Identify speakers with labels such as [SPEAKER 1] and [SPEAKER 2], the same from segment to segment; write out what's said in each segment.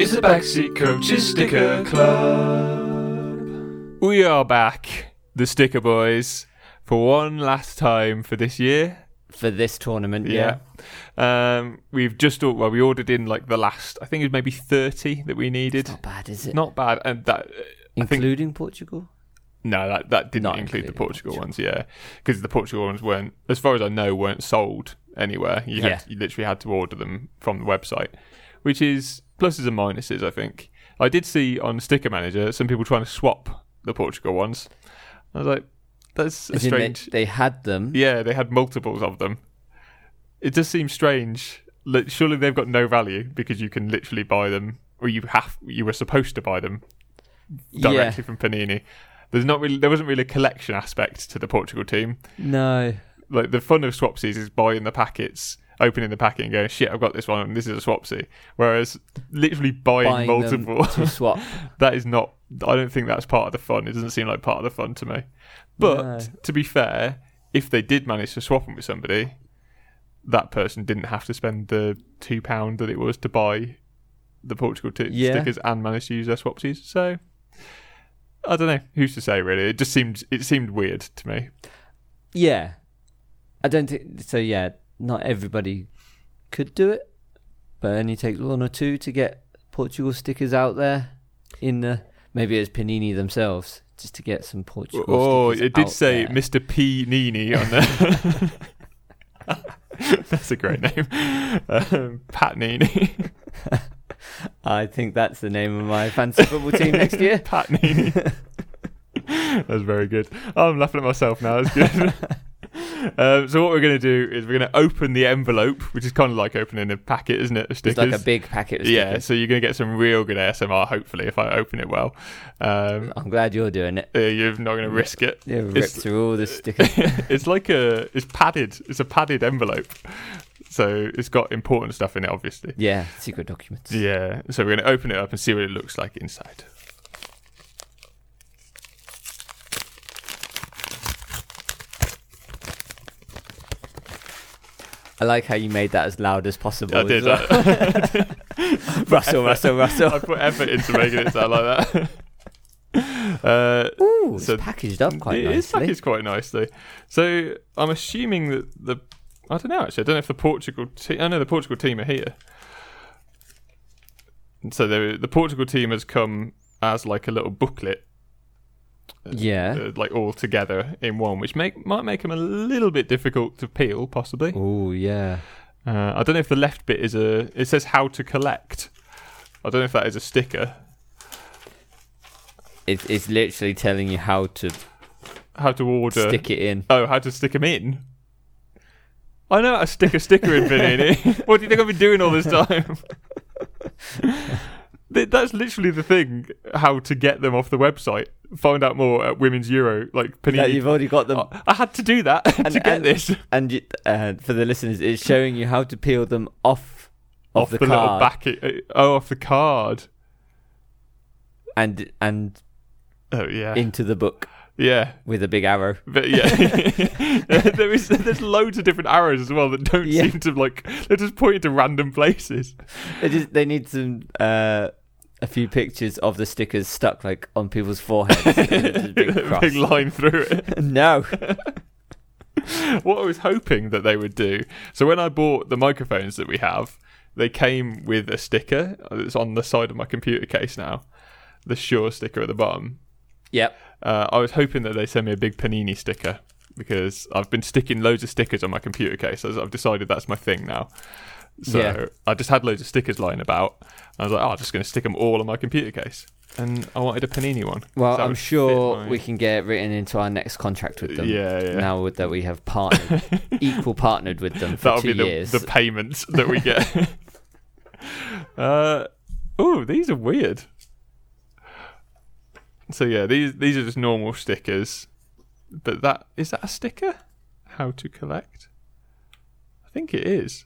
[SPEAKER 1] It's the Backseat Coaches Sticker Club.
[SPEAKER 2] We are back, the Sticker Boys, for one last time for this year.
[SPEAKER 3] for this tournament.
[SPEAKER 2] Yeah.
[SPEAKER 3] Yeah.
[SPEAKER 2] Um, we've just, or- well, we ordered in like the last, I think it was maybe 30 that we needed.
[SPEAKER 3] Not bad, is it?
[SPEAKER 2] Not bad. And that, I think,
[SPEAKER 3] Including Portugal.
[SPEAKER 2] no, that, that didn't
[SPEAKER 3] Not
[SPEAKER 2] include the
[SPEAKER 3] including
[SPEAKER 2] Portugal ones, yeah. Because the Portugal ones weren't, as far as I know, weren't sold anywhere. You, had,
[SPEAKER 3] Yeah.
[SPEAKER 2] you literally had to order them from the website, which is pluses and minuses, I think. I did see on Sticker Manager some people trying to swap the Portugal ones. I was like, that's a
[SPEAKER 3] As in they-
[SPEAKER 2] strange.
[SPEAKER 3] They, had them.
[SPEAKER 2] Yeah, they had multiples of them. It just seems strange. Li- Surely they've got no value because you can literally buy them, or you have, you were supposed to buy them directly from Panini. There's not really, there wasn't really a collection aspect to the Portugal team.
[SPEAKER 3] No.
[SPEAKER 2] Like the fun of swapsies is buying the packets, opening the packet, and going, "Shit, I've got this one. and This is a swapsie." Whereas literally buying,
[SPEAKER 3] Buying
[SPEAKER 2] multiple,
[SPEAKER 3] them to swap.
[SPEAKER 2] that is not i don't think that's part of the fun it doesn't seem like part of the fun to me but
[SPEAKER 3] No.
[SPEAKER 2] to be fair if they did manage to swap them with somebody that person didn't have to spend the two pound that it was to buy the portugal t-
[SPEAKER 3] Yeah.
[SPEAKER 2] stickers and manage to use their swapsies so i don't know who's to say really it just seemed it seemed weird to me
[SPEAKER 3] Yeah. I don't think so. Yeah, not everybody could do it, but it only takes one or two to get Portugal stickers out there. In the maybe it's Panini themselves just to get some Portugal.
[SPEAKER 2] oh
[SPEAKER 3] stickers
[SPEAKER 2] it did
[SPEAKER 3] out
[SPEAKER 2] say
[SPEAKER 3] there.
[SPEAKER 2] mr p nini on there that's a great name um, pat nini
[SPEAKER 3] I think that's the name of my fancy football team next year.
[SPEAKER 2] Pat Nini. That's very good. I'm laughing at myself now. That's good. um, so what we're going to do is we're going to open the envelope, which is kind of like opening a packet, isn't it? Of
[SPEAKER 3] It's
[SPEAKER 2] stickers.
[SPEAKER 3] like a big packet. Of
[SPEAKER 2] yeah.
[SPEAKER 3] stickers.
[SPEAKER 2] So you're going to get some real good ASMR, hopefully, if I open it well. Um,
[SPEAKER 3] I'm glad you're doing it.
[SPEAKER 2] uh, you're not going to risk it.
[SPEAKER 3] Oh. Yeah, ripped
[SPEAKER 2] It's-
[SPEAKER 3] through all the stickers.
[SPEAKER 2] it's like a it's padded. It's a padded envelope, so it's got important stuff in it, obviously.
[SPEAKER 3] yeah, secret documents.
[SPEAKER 2] Yeah. So we're going to open it up and see what it looks like inside.
[SPEAKER 3] I like how you made that as loud as possible.
[SPEAKER 2] I
[SPEAKER 3] as
[SPEAKER 2] did.
[SPEAKER 3] well. Russell, Russell,
[SPEAKER 2] I
[SPEAKER 3] Russell.
[SPEAKER 2] put effort into making it sound like that. uh,
[SPEAKER 3] Ooh, it's
[SPEAKER 2] So
[SPEAKER 3] packaged up quite
[SPEAKER 2] it is
[SPEAKER 3] nicely.
[SPEAKER 2] packaged quite nicely. So I'm assuming that the I don't know actually. I don't know if the Portugal team. I know the Portugal team are here. And So the the Portugal team has come as like a little booklet,
[SPEAKER 3] Yeah.
[SPEAKER 2] uh, like all together in one, which make might make them a little bit difficult to peel, possibly.
[SPEAKER 3] Oh yeah.
[SPEAKER 2] Uh, I don't know if the left bit is a. It says how to collect. I don't know if that is a sticker.
[SPEAKER 3] It, it's literally telling you how to
[SPEAKER 2] How to order.
[SPEAKER 3] stick it in.
[SPEAKER 2] Oh, how to stick 'em in? I know how to stick a sticker in, Vinny. what do you think I've been doing all this time? Th- That's literally the thing. How to get them off the website? Find out more at Women's Euro. Like
[SPEAKER 3] Yeah,
[SPEAKER 2] Panini.
[SPEAKER 3] you've already got them.
[SPEAKER 2] I I had to do that
[SPEAKER 3] And-
[SPEAKER 2] to get
[SPEAKER 3] and-
[SPEAKER 2] this
[SPEAKER 3] And you, uh, for the listeners, it's showing you how to peel them off of
[SPEAKER 2] off
[SPEAKER 3] the,
[SPEAKER 2] the,
[SPEAKER 3] card
[SPEAKER 2] little back. oh, off the card.
[SPEAKER 3] and and
[SPEAKER 2] Oh yeah,
[SPEAKER 3] into the book
[SPEAKER 2] yeah,
[SPEAKER 3] with a big arrow.
[SPEAKER 2] but yeah. there is there's loads of different arrows as well that don't
[SPEAKER 3] Yeah.
[SPEAKER 2] seem to like they're just pointed to random places.
[SPEAKER 3] They just they need some uh, a few pictures of the stickers stuck like on people's foreheads. and it's a big cross.
[SPEAKER 2] Big line through it.
[SPEAKER 3] no.
[SPEAKER 2] what I was hoping that they would do. So when I bought the microphones that we have, they came with a sticker that's on the side of my computer case now, the Shure sticker at the bottom.
[SPEAKER 3] Yep.
[SPEAKER 2] Uh, I was hoping that they send me a big Panini sticker because I've been sticking loads of stickers on my computer case. As I've decided that's my thing now. So
[SPEAKER 3] Yeah.
[SPEAKER 2] I just had loads of stickers lying about. I was like, oh, I'm just going to stick them all on my computer case. And I wanted a Panini one.
[SPEAKER 3] Well,
[SPEAKER 2] So that
[SPEAKER 3] I'm
[SPEAKER 2] would fit
[SPEAKER 3] sure
[SPEAKER 2] my-
[SPEAKER 3] we can get it written into our next contract with them.
[SPEAKER 2] Yeah, yeah.
[SPEAKER 3] Now with- that we have partnered, equal partnered with them for
[SPEAKER 2] That'll
[SPEAKER 3] two
[SPEAKER 2] be the,
[SPEAKER 3] years.
[SPEAKER 2] the payments that we get. uh, oh, these are weird. So yeah, these these are just normal stickers, but that is that a sticker? How to collect? I think it is.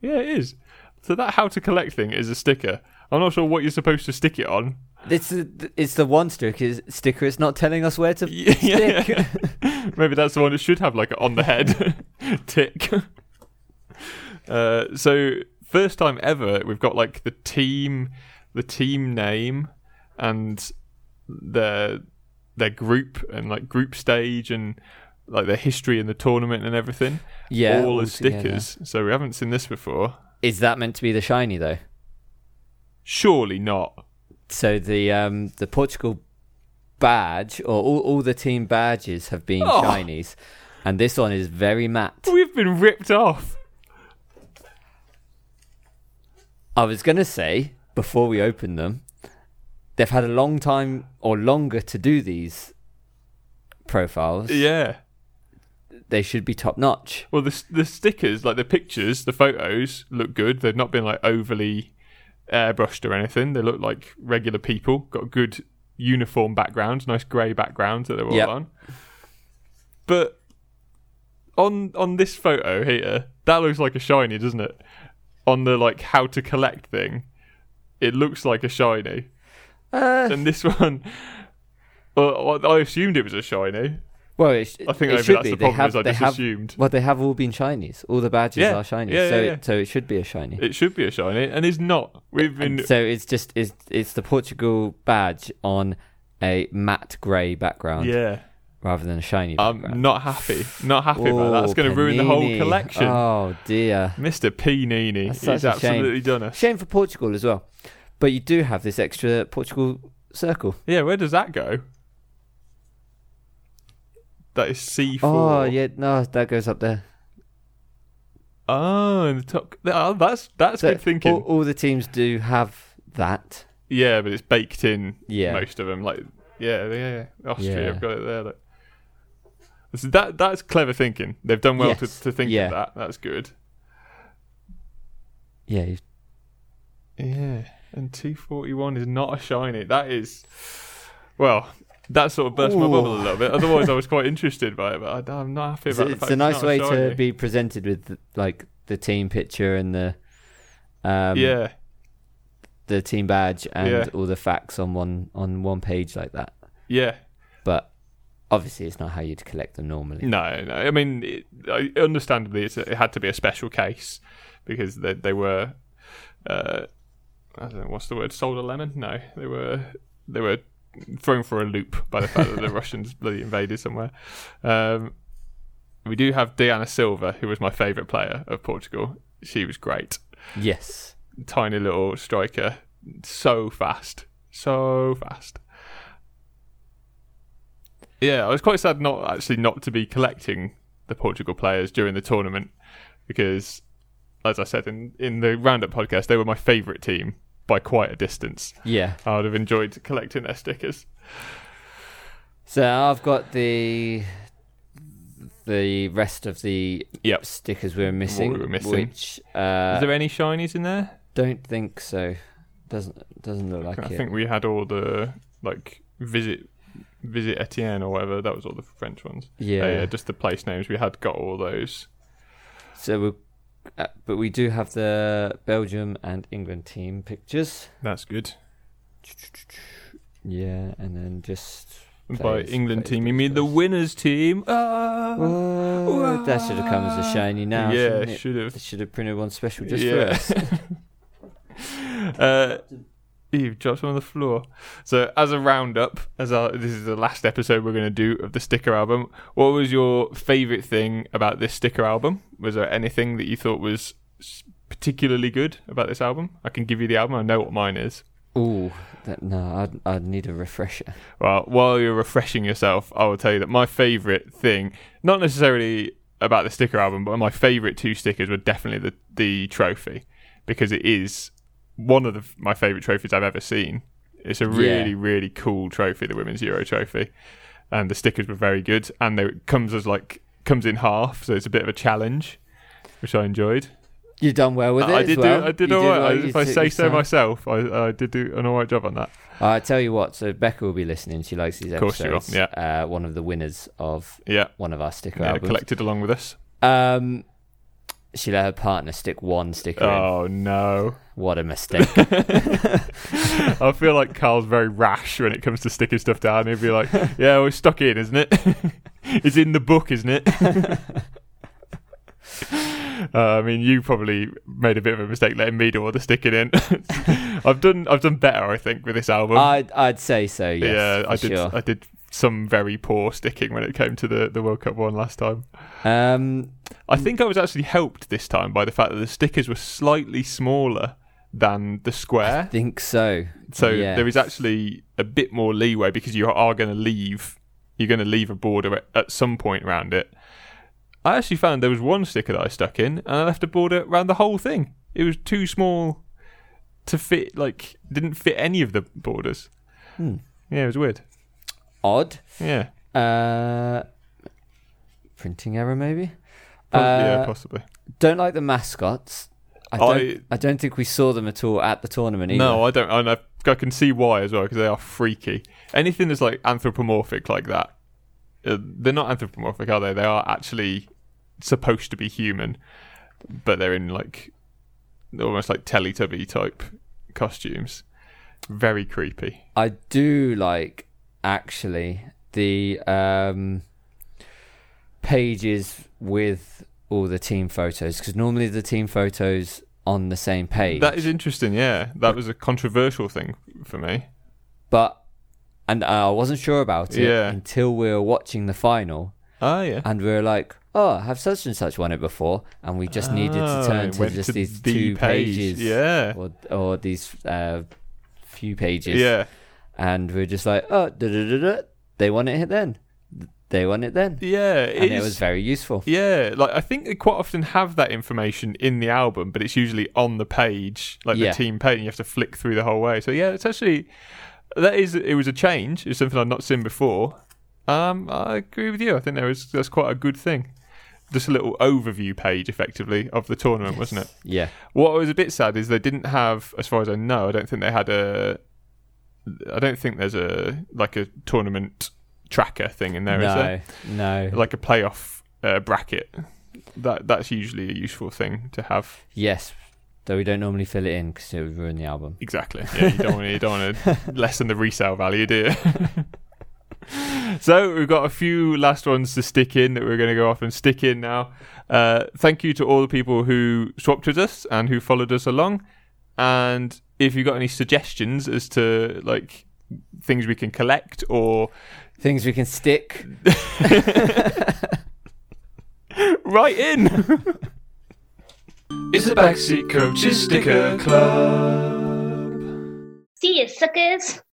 [SPEAKER 2] Yeah, it is. So that how to collect thing is a sticker. I'm not sure what you're supposed to stick it on.
[SPEAKER 3] it's the, it's the one sticker. Sticker. It's not telling us where to
[SPEAKER 2] Yeah, yeah.
[SPEAKER 3] stick.
[SPEAKER 2] Maybe that's the one that should have like on the head tick. Uh, so first time ever, we've got like the team, the team name and their their group and like group stage and like their history and the tournament and everything.
[SPEAKER 3] Yeah,
[SPEAKER 2] all as
[SPEAKER 3] altogether.
[SPEAKER 2] stickers. So we haven't seen this before.
[SPEAKER 3] Is that meant to be the shiny though?
[SPEAKER 2] Surely not.
[SPEAKER 3] So the um the Portugal badge or all, all the team badges have been
[SPEAKER 2] Oh.
[SPEAKER 3] shinies, and this one is very matte.
[SPEAKER 2] We've been ripped off.
[SPEAKER 3] I was gonna say before we open them, they've had a long time or longer to do these profiles.
[SPEAKER 2] Yeah.
[SPEAKER 3] They should be top notch.
[SPEAKER 2] Well, the s- the stickers, like the pictures, the photos look good. They've not been like overly airbrushed or anything. They look like regular people. Got good uniform backgrounds, nice grey backgrounds that they're all
[SPEAKER 3] Yep.
[SPEAKER 2] on. But on on this photo here, that looks like a shiny, doesn't it? On the like how to collect thing, it looks like a shiny.
[SPEAKER 3] Uh,
[SPEAKER 2] And this one, well, I I assumed it was a shiny.
[SPEAKER 3] well, it, sh-
[SPEAKER 2] I think
[SPEAKER 3] it
[SPEAKER 2] maybe
[SPEAKER 3] should
[SPEAKER 2] that's
[SPEAKER 3] be.
[SPEAKER 2] the
[SPEAKER 3] they
[SPEAKER 2] problem
[SPEAKER 3] have,
[SPEAKER 2] is I
[SPEAKER 3] they
[SPEAKER 2] just
[SPEAKER 3] have,
[SPEAKER 2] assumed.
[SPEAKER 3] Well, they have all been shinies. All the badges
[SPEAKER 2] Yeah.
[SPEAKER 3] are shinies.
[SPEAKER 2] Yeah,
[SPEAKER 3] so
[SPEAKER 2] yeah, yeah.
[SPEAKER 3] It, so it should be a shiny.
[SPEAKER 2] It should be a shiny, and it's not. We've been
[SPEAKER 3] And so it's just it's, it's the Portugal badge on a matte grey background
[SPEAKER 2] Yeah.
[SPEAKER 3] rather than a shiny
[SPEAKER 2] I'm
[SPEAKER 3] background.
[SPEAKER 2] not happy. Not happy about that. That's
[SPEAKER 3] Oh,
[SPEAKER 2] going to ruin the whole
[SPEAKER 3] Panini.
[SPEAKER 2] collection.
[SPEAKER 3] Oh dear.
[SPEAKER 2] Mr. P. Nini
[SPEAKER 3] That's
[SPEAKER 2] is
[SPEAKER 3] such a shame.
[SPEAKER 2] absolutely done us.
[SPEAKER 3] Shame for Portugal as well. But you do have this extra Portugal circle.
[SPEAKER 2] Yeah, where does that go? That is C4.
[SPEAKER 3] Oh yeah, no, that goes up there.
[SPEAKER 2] Oh, in the top. Oh, that's that's
[SPEAKER 3] So
[SPEAKER 2] good thinking.
[SPEAKER 3] All, all the teams do have that.
[SPEAKER 2] Yeah, but it's baked in
[SPEAKER 3] Yeah.
[SPEAKER 2] most of them. Like, yeah, yeah, yeah. Austria,
[SPEAKER 3] Yeah.
[SPEAKER 2] I've got it there. Look. So that that's clever thinking. They've done well
[SPEAKER 3] Yes,
[SPEAKER 2] to, to think
[SPEAKER 3] yeah.
[SPEAKER 2] of that. That's good.
[SPEAKER 3] Yeah, you-
[SPEAKER 2] Yeah, and 241 is not a shiny. That is, well, that sort of burst my
[SPEAKER 3] Ooh.
[SPEAKER 2] bubble a little bit. Otherwise, I was quite interested by it, but I, am not happy
[SPEAKER 3] it's,
[SPEAKER 2] about it.
[SPEAKER 3] it's a nice way to be presented with like the team picture and the um,
[SPEAKER 2] yeah,
[SPEAKER 3] the team badge and
[SPEAKER 2] Yeah.
[SPEAKER 3] all the facts on one on one page like that.
[SPEAKER 2] yeah.
[SPEAKER 3] But obviously, it's not how you'd collect them normally.
[SPEAKER 2] No, no. I mean, it, I- understandably, it's a, it had to be a special case because they, they were, uh, I don't know, what's the word? Sold a lemon? No, they were they were thrown for a loop by the fact that the Russians bloody invaded somewhere. Um, we do have Diana Silva, who was my favourite player of Portugal. She was great,
[SPEAKER 3] Yes.
[SPEAKER 2] tiny little striker, so fast, so fast. Yeah, I was quite sad not actually not to be collecting the Portugal players during the tournament because, as I said in in the roundup podcast, they were my favourite team by quite a distance.
[SPEAKER 3] Yeah.
[SPEAKER 2] I would have enjoyed collecting their stickers.
[SPEAKER 3] So I've got the the rest of the
[SPEAKER 2] Yep.
[SPEAKER 3] stickers we were missing,
[SPEAKER 2] we were missing.
[SPEAKER 3] which uh,
[SPEAKER 2] Is there any shinies in there?
[SPEAKER 3] don't think so. Doesn't doesn't look like
[SPEAKER 2] I
[SPEAKER 3] it.
[SPEAKER 2] think we had all the like visit visit Etienne or whatever. That was all the French ones.
[SPEAKER 3] yeah.
[SPEAKER 2] Uh, just the place names. We had got all those.
[SPEAKER 3] So we, uh, but we do have the Belgium and England team pictures.
[SPEAKER 2] That's good.
[SPEAKER 3] Yeah, and then just
[SPEAKER 2] By
[SPEAKER 3] Players,
[SPEAKER 2] England
[SPEAKER 3] players,
[SPEAKER 2] team, you
[SPEAKER 3] players,
[SPEAKER 2] mean the
[SPEAKER 3] players.
[SPEAKER 2] winners team? Ah!
[SPEAKER 3] Whoa, that should have come as a shiny now.
[SPEAKER 2] yeah,
[SPEAKER 3] shouldn't it?
[SPEAKER 2] should have.
[SPEAKER 3] They should have printed one special just for
[SPEAKER 2] Yeah.
[SPEAKER 3] us.
[SPEAKER 2] Uh, Eve drops one on the floor. So, as a roundup, as our, this is the last episode we're going to do of the sticker album, what was your favourite thing about this sticker album? Was there anything that you thought was s- particularly good about this album? I can give you the album. I know what mine is.
[SPEAKER 3] Ooh, that, no, I'd, I'd need a refresher.
[SPEAKER 2] Well, while you're refreshing yourself, I will tell you that my favourite thing, not necessarily about the sticker album, but my favourite two stickers were definitely the, the trophy because it is one of the, my favourite trophies I've ever seen. It's a really, really cool trophy, the Women's Euro Trophy. And the stickers were very good. And they, it comes as like, comes in half, so it's a bit of a challenge, which I enjoyed.
[SPEAKER 3] You've done well with it.
[SPEAKER 2] I
[SPEAKER 3] as
[SPEAKER 2] did
[SPEAKER 3] well.
[SPEAKER 2] do, I did
[SPEAKER 3] You
[SPEAKER 2] all right.
[SPEAKER 3] alright,
[SPEAKER 2] I-
[SPEAKER 3] you
[SPEAKER 2] if I
[SPEAKER 3] took
[SPEAKER 2] say
[SPEAKER 3] your
[SPEAKER 2] so
[SPEAKER 3] time.
[SPEAKER 2] myself, I, I did do an all right job on that.
[SPEAKER 3] I tell you what. So Becca will be listening. She likes these
[SPEAKER 2] course she will,
[SPEAKER 3] episodes. Uh, one of the winners of
[SPEAKER 2] Yeah.
[SPEAKER 3] one of our sticker
[SPEAKER 2] yeah
[SPEAKER 3] albums.
[SPEAKER 2] collected along with us.
[SPEAKER 3] um, she let her partner stick one sticker in.
[SPEAKER 2] Oh, no.
[SPEAKER 3] What a mistake!
[SPEAKER 2] I feel like Carl's very rash when it comes to sticking stuff down. He'd be like, "Yeah, well, it's stuck in, isn't it? it's in the book, isn't it?" Uh, I mean, you probably made a bit of a mistake letting me do all the sticking in. I've done I've done better, I think, with this album.
[SPEAKER 3] I'd, I'd say so. Ah, Yes,
[SPEAKER 2] yeah,
[SPEAKER 3] for
[SPEAKER 2] I did.
[SPEAKER 3] Sure.
[SPEAKER 2] I did some very poor sticking when it came to the, the World Cup one last time.
[SPEAKER 3] Um,
[SPEAKER 2] I think I was actually helped this time by the fact that the stickers were slightly smaller than the square.
[SPEAKER 3] think so.
[SPEAKER 2] So
[SPEAKER 3] yeah.
[SPEAKER 2] there is actually a bit more leeway because you are going to leave. You're going to leave a border at, at some point around it. I actually found there was one sticker that I stuck in, and I left a border around the whole thing. It was too small to fit. Like, didn't fit any of the borders.
[SPEAKER 3] Hmm.
[SPEAKER 2] Yeah, it was weird.
[SPEAKER 3] odd.
[SPEAKER 2] Yeah,
[SPEAKER 3] Uh, printing error, maybe.
[SPEAKER 2] Prob-
[SPEAKER 3] Uh,
[SPEAKER 2] yeah, possibly.
[SPEAKER 3] don't like the mascots. I don't, I,
[SPEAKER 2] I-
[SPEAKER 3] don't think we saw them at all at the tournament either.
[SPEAKER 2] No, I don't. And I, I can see why as well because they are freaky. Anything that's like anthropomorphic like that, uh, they're not anthropomorphic, are they? They are actually supposed to be human, but they're in like almost like Teletubby type costumes. Very creepy.
[SPEAKER 3] I do like actually the um, pages with all the team photos because normally the team photos on the same page.
[SPEAKER 2] That is interesting. Yeah, that was a controversial thing for me.
[SPEAKER 3] but and I wasn't sure about it
[SPEAKER 2] Yeah.
[SPEAKER 3] until we were watching the final
[SPEAKER 2] Oh yeah.
[SPEAKER 3] and we were like, "Oh, have such and such won it before?" And we just needed to
[SPEAKER 2] Ah,
[SPEAKER 3] turn
[SPEAKER 2] it
[SPEAKER 3] to
[SPEAKER 2] went
[SPEAKER 3] just
[SPEAKER 2] to
[SPEAKER 3] these
[SPEAKER 2] the
[SPEAKER 3] two
[SPEAKER 2] page,
[SPEAKER 3] pages,
[SPEAKER 2] yeah.
[SPEAKER 3] or or these uh, few pages,
[SPEAKER 2] Yeah,
[SPEAKER 3] and we were just like, "Oh, da da da da, they won it then, they won it then,"
[SPEAKER 2] yeah. It
[SPEAKER 3] and it
[SPEAKER 2] is-
[SPEAKER 3] was very useful.
[SPEAKER 2] Yeah, like I think they quite often have that information in the album, but it's usually on the page, like
[SPEAKER 3] Yeah.
[SPEAKER 2] the team page, and you have to flick through the whole way. So yeah, it's actually that is it was a change. It's something I've not seen before. Um, I agree with you. I think there is that's quite a good thing. Just a little overview page, effectively, of the tournament, wasn't it?
[SPEAKER 3] Yeah,
[SPEAKER 2] What was a bit sad is they didn't have, as far as I know, I don't think they had a. I don't think there's a like a tournament tracker thing in there, is there?
[SPEAKER 3] no, no,
[SPEAKER 2] like a playoff uh, bracket. That that's usually a useful thing to have.
[SPEAKER 3] yes, though we don't normally fill it in because it would ruin the album.
[SPEAKER 2] Exactly. Yeah, you don't want you don't want to lessen the resale value, do you? so we've got a few last ones to stick in that we're going to go off and stick in now. Uh, thank you to all the people who swapped with us and who followed us along. And if you've got any suggestions as to like things we can collect or
[SPEAKER 3] Things we can stick.
[SPEAKER 2] write in.
[SPEAKER 1] It's the Backseat Coaches Sticker Club.
[SPEAKER 4] See you, suckers.